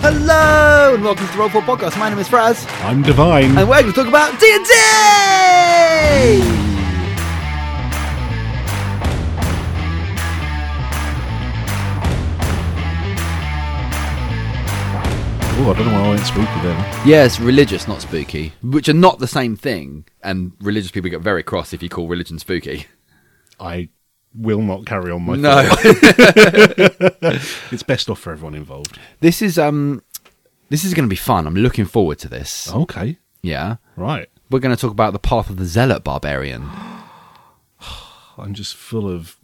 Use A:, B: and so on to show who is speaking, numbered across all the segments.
A: Hello and welcome to the Roll Four Podcast. My name is Fraz,
B: I'm divine.
A: and we're going to talk about D and D.
B: oh, I don't know why I went spooky then.
A: Yes, religious, not spooky, which are not the same thing. And religious people get very cross if you call religion spooky.
B: I will not carry on my.
A: No,
B: thought. it's best off for everyone involved.
A: this is um, this is going to be fun. I'm looking forward to this.
B: Okay,
A: Yeah,
B: right.
A: we're going to talk about the path of the zealot barbarian.
B: I'm just full of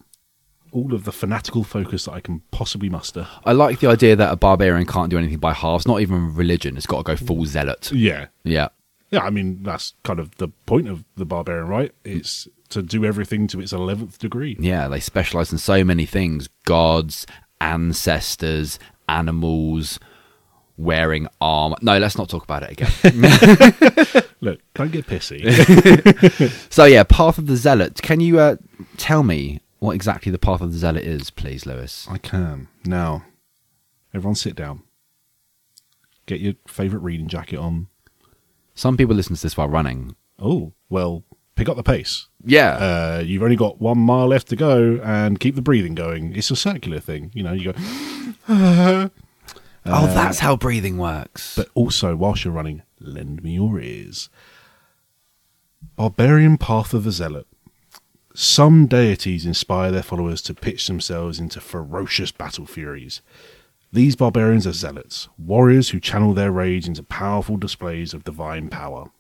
B: all of the fanatical focus that I can possibly muster.
A: I like the idea that a barbarian can't do anything by halves. Not even religion. It's got to go full zealot.
B: Yeah,
A: Yeah.
B: yeah. I mean, that's kind of the point of the barbarian, right? It's to do everything to its eleventh degree.
A: Yeah, they specialize in so many things gods, ancestors, animals, wearing armor. No, let's not talk about it again.
B: Look, don't get pissy.
A: so, yeah, Path of the Zealot. Can you uh, tell me what exactly the Path of the Zealot is, please, Lewis?
B: I can now. Everyone, sit down. Get your favourite reading jacket on.
A: Some people listen to this while running.
B: Oh, well, pick up the pace.
A: Yeah.
B: uh, you've only got one mile left to go and keep the breathing going. It's a circular thing, you know. You go,
A: oh, that's how breathing works.
B: uh, but also whilst you're running, lend me your ears. Barbarian path of the zealot. Some deities inspire their followers to pitch themselves into ferocious battle furies. These barbarians are zealots, warriors who channel their rage into powerful displays of divine power.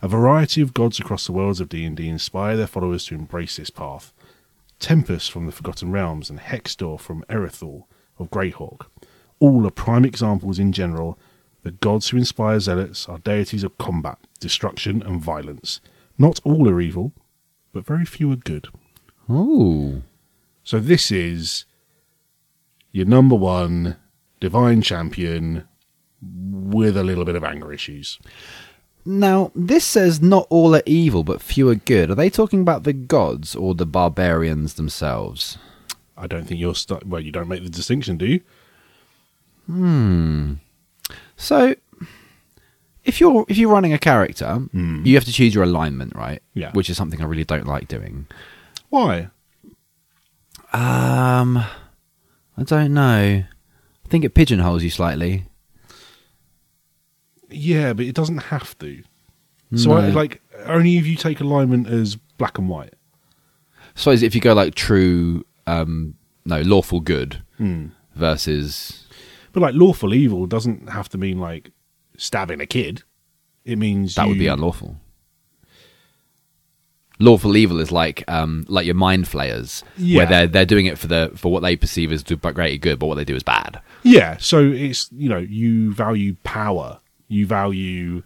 B: A variety of gods across the worlds of D&D inspire their followers to embrace this path. Tempest from the Forgotten Realms and Hextor from Erethor of Greyhawk. All are prime examples in general. The gods who inspire zealots are deities of combat, destruction, and violence. Not all are evil, but very few are good.
A: Ooh.
B: So this is your number one divine champion with a little bit of anger issues.
A: Now, this says not all are evil, but few are good. Are they talking about the gods or the barbarians themselves?
B: I don't think you're stuck. Well, you don't make the distinction, do you?
A: So, if you're if you're running a character, you have to choose your alignment, right?
B: Hmm. Yeah.
A: Which is something I really don't like doing.
B: Why?
A: Um, I don't know. I think it pigeonholes you slightly.
B: Yeah, but it doesn't have to. So, I,
A: No.
B: like, only if you take alignment as black and white.
A: So if you go like true, um, no lawful good
B: Hmm.
A: versus
B: But like, lawful evil doesn't have to mean like stabbing a kid. It means
A: that would be
B: you-
A: unlawful. Lawful evil is like um, like your mind flayers,
B: Yeah.
A: where they're they're doing it for the for what they perceive as do- greater good, but what they do is bad.
B: Yeah, so it's you know you value power, you value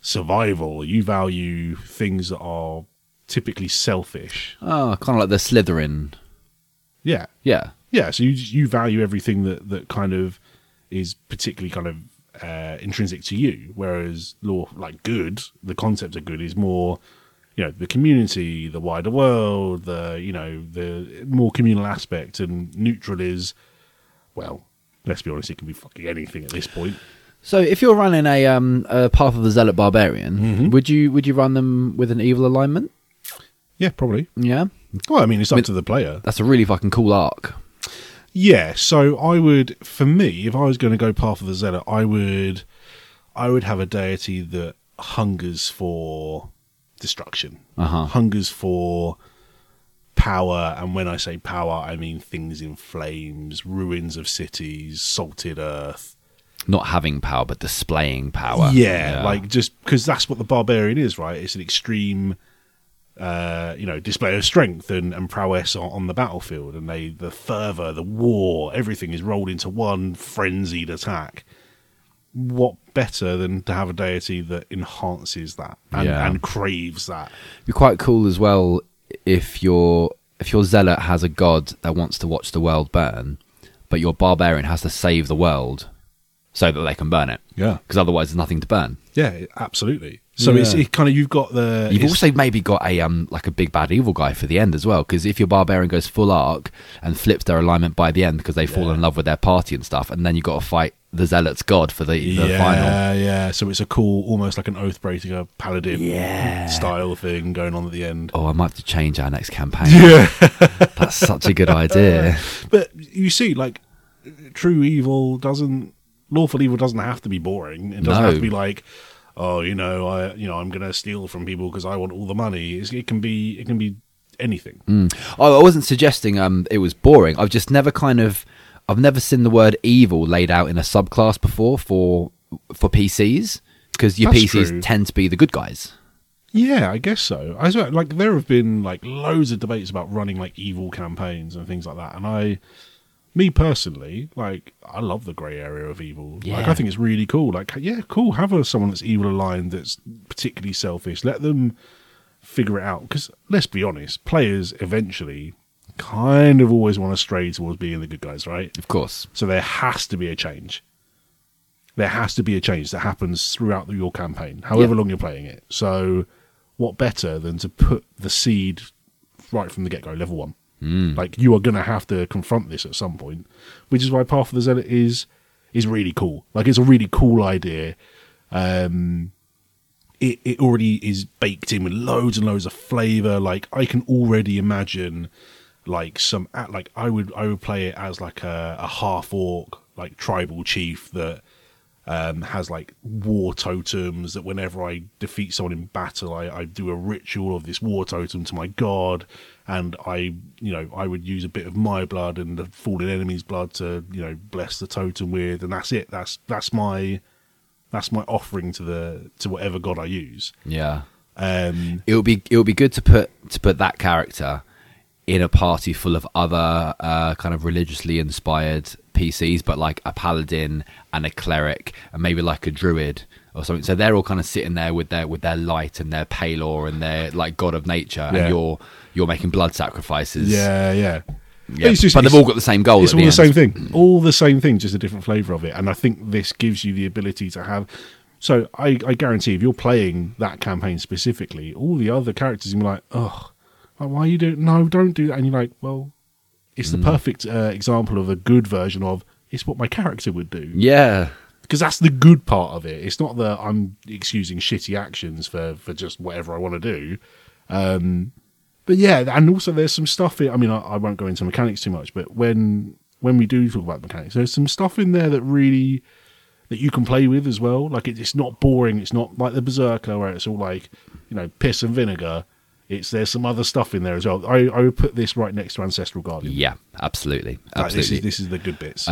B: survival, you value things that are typically selfish.
A: Oh, kind of like the Slytherin.
B: Yeah,
A: Yeah,
B: yeah. So you you value everything that that kind of is particularly kind of uh, intrinsic to you, whereas law like good, the concept of good is more. You know the community, the wider world, the you know the more communal aspect, and neutral is, well, let's be honest, it can be fucking anything at this point.
A: So, if you're running a um a path of the zealot barbarian, would you would you run them with an evil alignment?
B: Yeah, probably.
A: Yeah,
B: Well, I mean, it's up to the player.
A: that's a really fucking cool arc.
B: Yeah, so I would, for me, if I was going to go path of the zealot, I would, I would have a deity that hungers for destruction,
A: Uh-huh.
B: hungers for power, and when I say power, I mean things in flames, ruins of cities, salted earth.
A: Not having power, but displaying power.
B: yeah, like just because that's what the barbarian is, right? It's an extreme, uh, you know, display of strength and, and prowess on, on the battlefield, and they the fervor, the war, everything is rolled into one frenzied attack. What better than to have a deity that enhances that and,
A: Yeah.
B: and craves that?
A: It'd be quite cool as well if your if your zealot has a god that wants to watch the world burn, but your barbarian has to save the world so that they can burn it.
B: Yeah.
A: because otherwise there's nothing to burn.
B: Yeah, absolutely. So it's
A: Yeah.
B: it kind of you've got the
A: You've
B: Uh, it's-
A: also maybe got a um like a big bad evil guy for the end as well, because if your barbarian goes full arc and flips their alignment by the end because they fall in love with their party and stuff, and then you got to fight the zealot's god for the, the
B: yeah,
A: final.
B: yeah. So it's a cool, almost like an oath breaker paladin
A: Yeah.
B: style thing going on at the end.
A: Oh, I might have to change our next campaign. Yeah. That's such a good idea.
B: But you see, like, true evil doesn't lawful evil doesn't have to be boring. It doesn't
A: No.
B: have to be like, oh, you know, I, you know, I'm gonna steal from people because I want all the money. It's, it can be, it can be anything.
A: Oh, I wasn't suggesting um it was boring. I've just never kind of I've never seen the word evil laid out in a subclass before for for PCs because your
B: That's
A: PCs
B: true.
A: tend to be the good guys.
B: Yeah, I guess so. I swear, like there have been like loads of debates about running like evil campaigns and things like that, and I, me personally, like I love the grey area of evil. Like
A: Yeah.
B: I think it's really cool. Like yeah, cool. Have a, someone that's evil aligned that's particularly selfish. Let them figure it out. Because let's be honest, players eventually kind of always want to stray towards being the good guys, right?
A: Of course.
B: So there has to be a change. There has to be a change that happens throughout your campaign, however
A: Yeah.
B: long you're playing it. So, what better than to put the seed right from the get go, level one? Like you are going to have to confront this at some point, which is why Path of the Zealot is is really cool. Like it's a really cool idea. Um, it, it already is baked in with loads and loads of flavor. Like I can already imagine like some at like I would I would play it as like a, a half orc like tribal chief that um, has like war totems that whenever I defeat someone in battle I, I do a ritual of this war totem to my god and I you know I would use a bit of my blood and the fallen enemy's blood to you know bless the totem with and that's it that's that's my that's my offering to the to whatever god I use
A: Yeah.
B: um
A: It would be it would be good to put to put that character in a party full of other uh, kind of religiously inspired PCs, but like a paladin and a cleric and maybe like a druid or something. So they're all kind of sitting there with their with their light and their palor and their like god of nature,
B: Yeah.
A: and you're you're making blood sacrifices.
B: yeah yeah
A: Yeah,
B: It's just-
A: but they've
B: it's-
A: all got the same goal. at
B: It's all
A: the,
B: the,
A: end.
B: same thing. All the same thing, just a different flavour of it. And I think this gives you the ability to have. So I, I guarantee if you're playing that campaign specifically, all the other characters you're like, oh, why are you doing? No, don't do that. And you're like, well, it's
A: Mm.
B: the perfect uh, example of a good version of it's what my character would do
A: Yeah,
B: because that's the good part of it. It's not that I'm excusing shitty actions for for just whatever I want to do. Um, but yeah, and also there's some stuff. In, I mean, I, I won't go into mechanics too much, but when when we do talk about mechanics, there's some stuff in there that really that you can play with as well. Like it, it's not boring. It's not like the Berserker where it's all like you know piss and vinegar. It's there's some other stuff in there as well. I, I would put this right next to Ancestral Guardian.
A: yeah, absolutely,
B: Like, this
A: absolutely. Um,
B: is this is the good bits.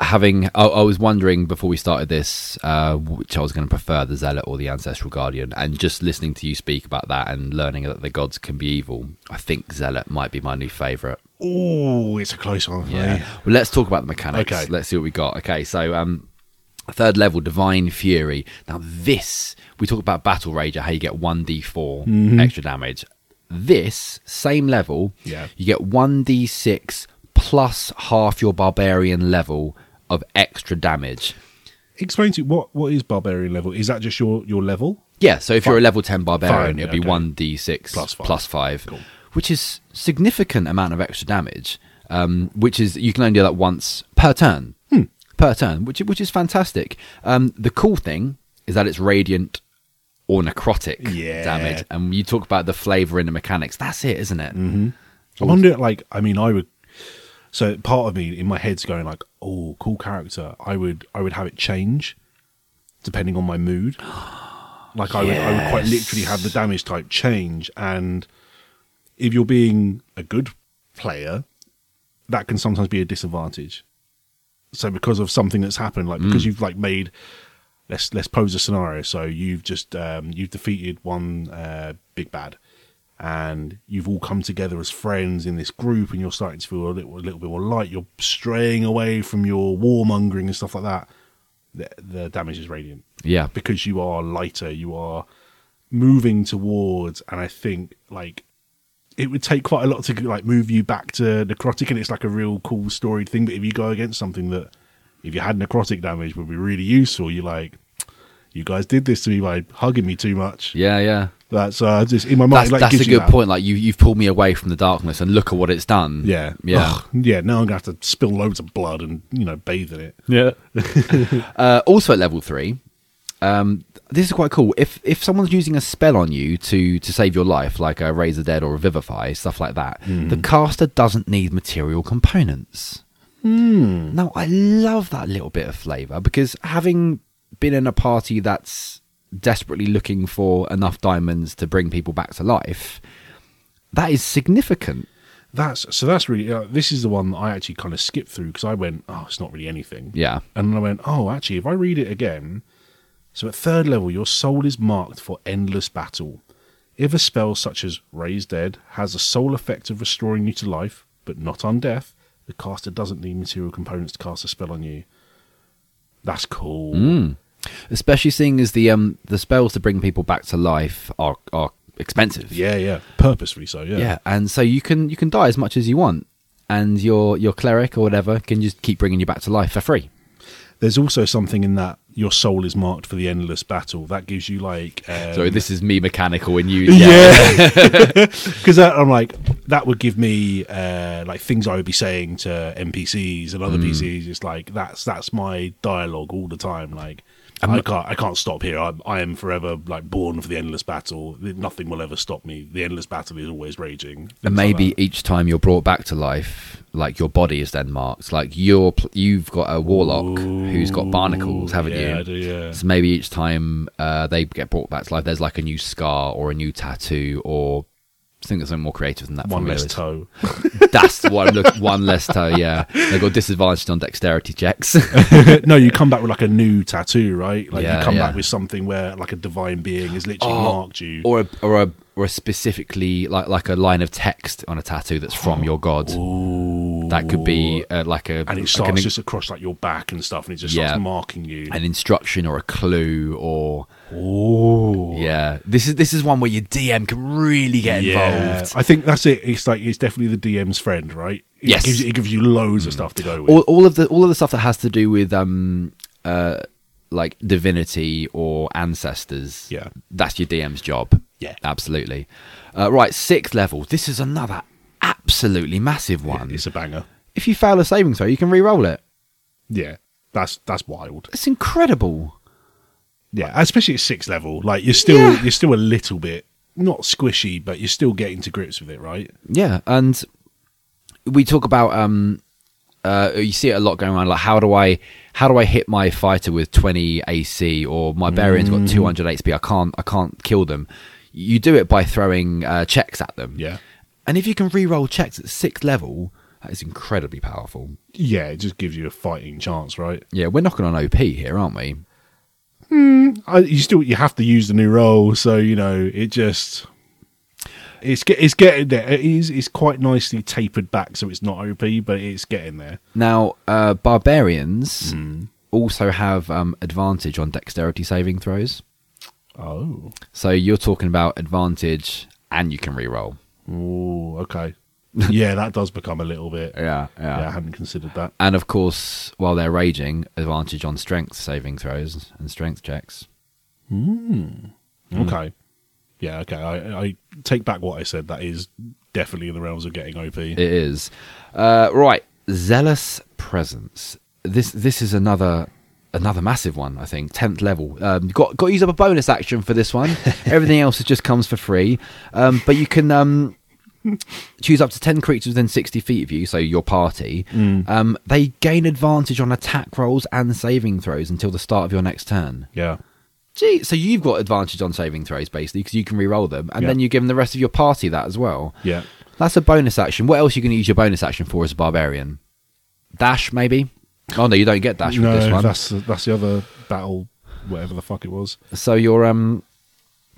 A: having I, I was wondering before we started this uh, which I was going to prefer the zealot or the ancestral guardian and just listening to you speak about that and learning that the gods can be evil I think zealot might be my new favorite
B: oh, it's a close one.
A: yeah well let's talk about the mechanics
B: Okay.
A: let's see what we got okay so um third level divine fury now this we talk about battle rager how you get 1d4
B: Mm-hmm.
A: extra damage this same level
B: Yeah.
A: you get 1d6 plus half your barbarian level of extra damage
B: explain to you what what is barbarian level? Is that just your your level?
A: Yeah, so if you're a level 10 barbarian,
B: Fine,
A: it'll
B: yeah,
A: be
B: okay.
A: 1d6
B: Plus five.
A: plus 5,
B: Cool.
A: which is significant amount of extra damage, um, which is you can only do that once per turn.
B: Hmm.
A: Per turn, which which is fantastic. Um, the cool thing is that it's radiant or necrotic
B: Yeah.
A: damage, and you talk about the flavor in the mechanics. That's it, isn't it? Mm-hmm.
B: I wonder. Like, I mean, I would. So part of me in my head's going like, "Oh, cool character." I would I would have it change depending on my mood. Like I would I would quite literally have the damage type change, and if you're being a good player, that can sometimes be a disadvantage. So because of something that's happened, like because you've like made let's let's pose a scenario. So you've just um, you've defeated one uh, big bad, and you've all come together as friends in this group, and you're starting to feel a little, a little bit more light. You're straying away from your warmongering and stuff like that. The, the damage is radiant
A: Yeah.
B: because you are lighter. You are moving towards, and I think like. It would take quite a lot to like move you back to necrotic, and it's like a real cool storied thing. But if you go against something that, if you had necrotic damage, would be really useful, you're like, you guys did this to me by hugging me too much.
A: Yeah, yeah.
B: That's uh, just in my mind.
A: That's,
B: like,
A: that's
B: gives
A: a
B: you
A: good
B: that.
A: point. Like you, you've pulled me away from the darkness, and look at what it's done.
B: Yeah,
A: yeah.
B: Ugh, yeah. Now I'm gonna have to spill loads of blood and you know bathe in it.
C: Yeah.
A: Uh, also at level three, um, this is quite cool. If if someone's using a spell on you to to save your life, like a raise the dead or a vivify, stuff like that, the caster doesn't need material components. Now I love that little bit of flavour because having been in a party that's desperately looking for enough diamonds to bring people back to life, that is significant.
B: That's so. That's really. Uh, this is the one that I actually kind of skipped through because I went, oh, it's not really anything.
A: Yeah.
B: And then I went, oh, actually, if I read it again, so at third level, your soul is marked for endless battle. If a spell such as Raise Dead has a sole effect of restoring you to life, but not on death, the caster doesn't need material components to cast a spell on you. That's cool.
A: Hmm? Mm. Especially seeing as the um the spells to bring people back to life are are expensive.
B: Yeah, yeah. Purposefully so, yeah.
A: yeah. and so you can you can die as much as you want and your your cleric or whatever can just keep bringing you back to life for free
B: There's also something in that your soul is marked for the endless battle. That gives you like. Um,
A: so this is me mechanical and you
B: Yeah. Because I'm like, that would give me uh, like things I would be saying to NPCs and
A: Hmm.
B: other PCs. It's like that's that's my dialogue all the time. Like I'm, I can not I can't stop here. I, I am forever like born for the endless battle. Nothing will ever stop me. The endless battle is always raging.
A: and maybe each time you're brought back to life like your body is then marked like you're pl- you've got a warlock who's got barnacles haven't
B: yeah,
A: you
B: I do, yeah.
A: so maybe each time uh, they get brought back to life there's like a new scar or a new tattoo or I think there's something more creative than that.
B: One
A: formula
B: less
A: is.
B: toe.
A: That's the one. Look, one less toe. Yeah, they got disadvantaged on dexterity checks.
B: no, you come back with like a new tattoo, right? Like
A: Yeah,
B: you come
A: yeah. Oh.
B: back with something where like a divine being has literally marked you.
A: or a, or a or a specifically like like a line of text on a tattoo that's from your god. That could be uh, like a
B: and it
A: like
B: starts
A: an,
B: just across like your back and stuff, and it just
A: Yeah.
B: starts marking you.
A: an instruction or a clue or
B: Oh,
A: yeah. This is this is one where your DM can really get involved.
B: I think that's it. It's like it's definitely the DM's friend, right? It
A: Yes.
B: gives, it gives you loads of stuff to go with.
A: All, all of the all of the stuff that has to do with um uh like divinity or ancestors.
B: Yeah.
A: that's your DM's job.
B: Yeah.
A: absolutely. Uh, right, sixth level. This is another absolutely massive one.
B: it's a banger.
A: if you fail a saving throw, you can re-roll it.
B: Yeah, that's that's wild.
A: It's incredible.
B: Yeah, especially at sixth level, like you're still
A: Yeah.
B: you're still a little bit not squishy, but you're still getting to grips with it, right?
A: Yeah, and we talk about um, uh, you see it a lot going around. Like, how do I how do I hit my fighter with twenty AC or my barbarian's got two hundred HP? I can't I can't kill them. You do it by throwing uh, checks at them.
B: Yeah.
A: and if you can re-roll checks at sixth level, that is incredibly powerful.
B: Yeah, it just gives you a fighting chance, right?
A: Yeah, we're knocking on OP here, aren't we?
B: I, you still you have to use the new role, so you know it just it's get, it's getting there. It is it's quite nicely tapered back, so it's not OP, but it's getting there.
A: Now, uh, barbarians also have um, advantage on dexterity saving throws.
B: Oh,
A: So you're talking about advantage, and you can re-roll.
B: oh, okay. yeah, that does become a little bit. Yeah, I hadn't considered that.
A: And of course, while they're raging, advantage on strength saving throws and strength checks. Mm.
B: Okay, yeah, okay. I, I take back what I said. That is definitely in the realms of getting OP.
A: It is uh, right. Zealous presence. This this is another another massive one. I think tenth level. Um, you've got got to use up a bonus action for this one. Everything else just comes for free. Um, but you can um, choose up to ten creatures within sixty feet of you, so your party. Um, they gain advantage on attack rolls and saving throws until the start of your next turn.
B: yeah,
A: Gee, so you've got advantage on saving throws basically because you can re-roll them, and
B: Yeah.
A: then you give the rest of your party that as well.
B: yeah.
A: That's a bonus action. What else are you going to use your bonus action for as a barbarian? Dash, maybe. Oh no, you don't get dash
B: no,
A: with this one.
B: that's that's the other battle, whatever the fuck it was.
A: So you're um,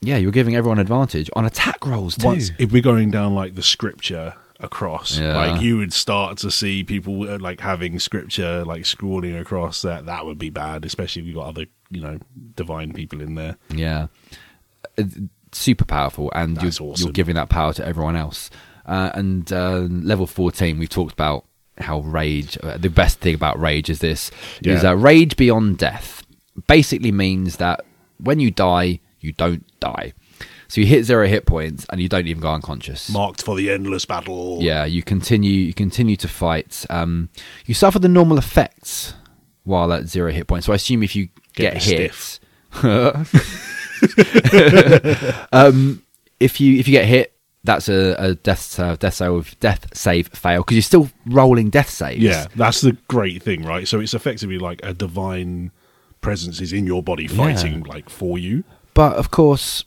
A: yeah, you're giving everyone advantage on attack rolls too.
B: once if we're going down like the scripture across
A: Yeah.
B: like you would start to see people uh, like having scripture like scrawling across that that would be bad especially if you've got other you know divine people in there
A: Yeah, Uh, super powerful, and you're,
B: That's awesome.
A: you're giving that power to everyone else. Uh, and uh, level fourteen, we've talked about how rage. Uh, the best thing about rage is this: is
B: Yeah.
A: uh, rage beyond death. Basically means that when you die, you don't die. So you hit zero hit points and you don't even go unconscious.
B: Marked for the endless battle.
A: Yeah, you continue. You continue to fight. Um, you suffer the normal effects while at zero hit points. So I assume if you
B: Get
A: get,
B: a
A: hit,
B: stiff.
A: um, if you if you get hit, that's a, a death sa- death save death save fail because you're still rolling death saves.
B: Yeah, that's the great thing, right? So it's effectively like a divine presence is in your body fighting like for you.
A: but of course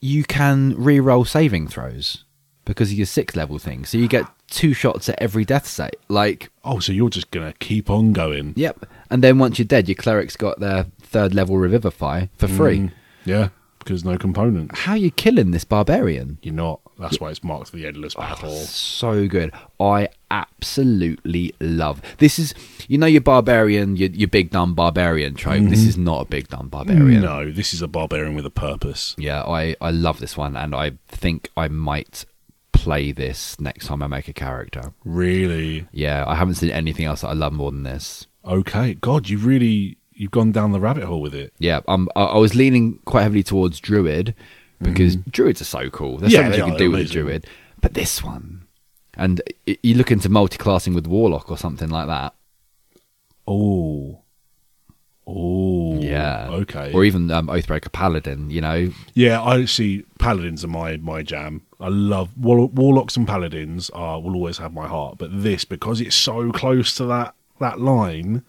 A: you can re-roll saving throws because of your sixth level thing. So you get two shots at every death save. Like
B: Oh, so you're just gonna keep on going.
A: Yep. And then once you're dead, your cleric's got their third level revivify for free.
B: Mm, yeah, because no component.
A: How you killing this barbarian?
B: You're not. That's why it's marked for the endless
A: Oh,
B: battle.
A: So good. I absolutely love this. Is you know your barbarian, your, your big dumb barbarian trope. This is not a big dumb barbarian.
B: No, this is a barbarian with a purpose.
A: Yeah, I I love this one, and I think I might play this next time I make a character.
B: Really?
A: Yeah, I haven't seen anything else that I love more than this.
B: Okay. God, you really you've gone down the rabbit hole with it.
A: Yeah, um, I, I was leaning quite heavily towards Druid because Druids are so cool. There's
B: Mm-hmm. Yeah,
A: so much
B: they
A: you can do
B: are, they're
A: with a
B: amazing.
A: Druid. But this one, and y- you look into multi-classing with Warlock or something like that.
B: Oh. Oh.
A: Yeah.
B: Okay.
A: Or even um, Oathbreaker Paladin, you know.
B: Yeah, I see. Paladins are my my jam. I love war, warlocks and paladins are will always have my heart. But this, because it's so close to that that line,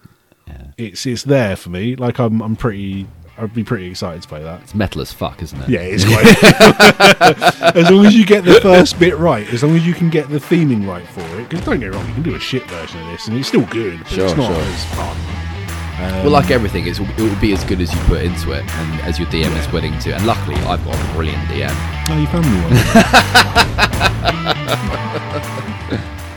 B: it's it's there for me. Like I'm I'm pretty. I'd be pretty excited to play that.
A: It's metal as fuck, isn't it?
B: Yeah, it's quite. as long as you get the first bit right, as long as you can get the theming right for it. Because don't get me wrong, you can do a shit version of this, and it's still good. But
A: Sure,
B: it's not
A: sure.
B: as fun.
A: Well, like everything, it's, it will be as good as you put into it and as your DM is willing to. And luckily, I've got a brilliant DM.
B: No, you found me one.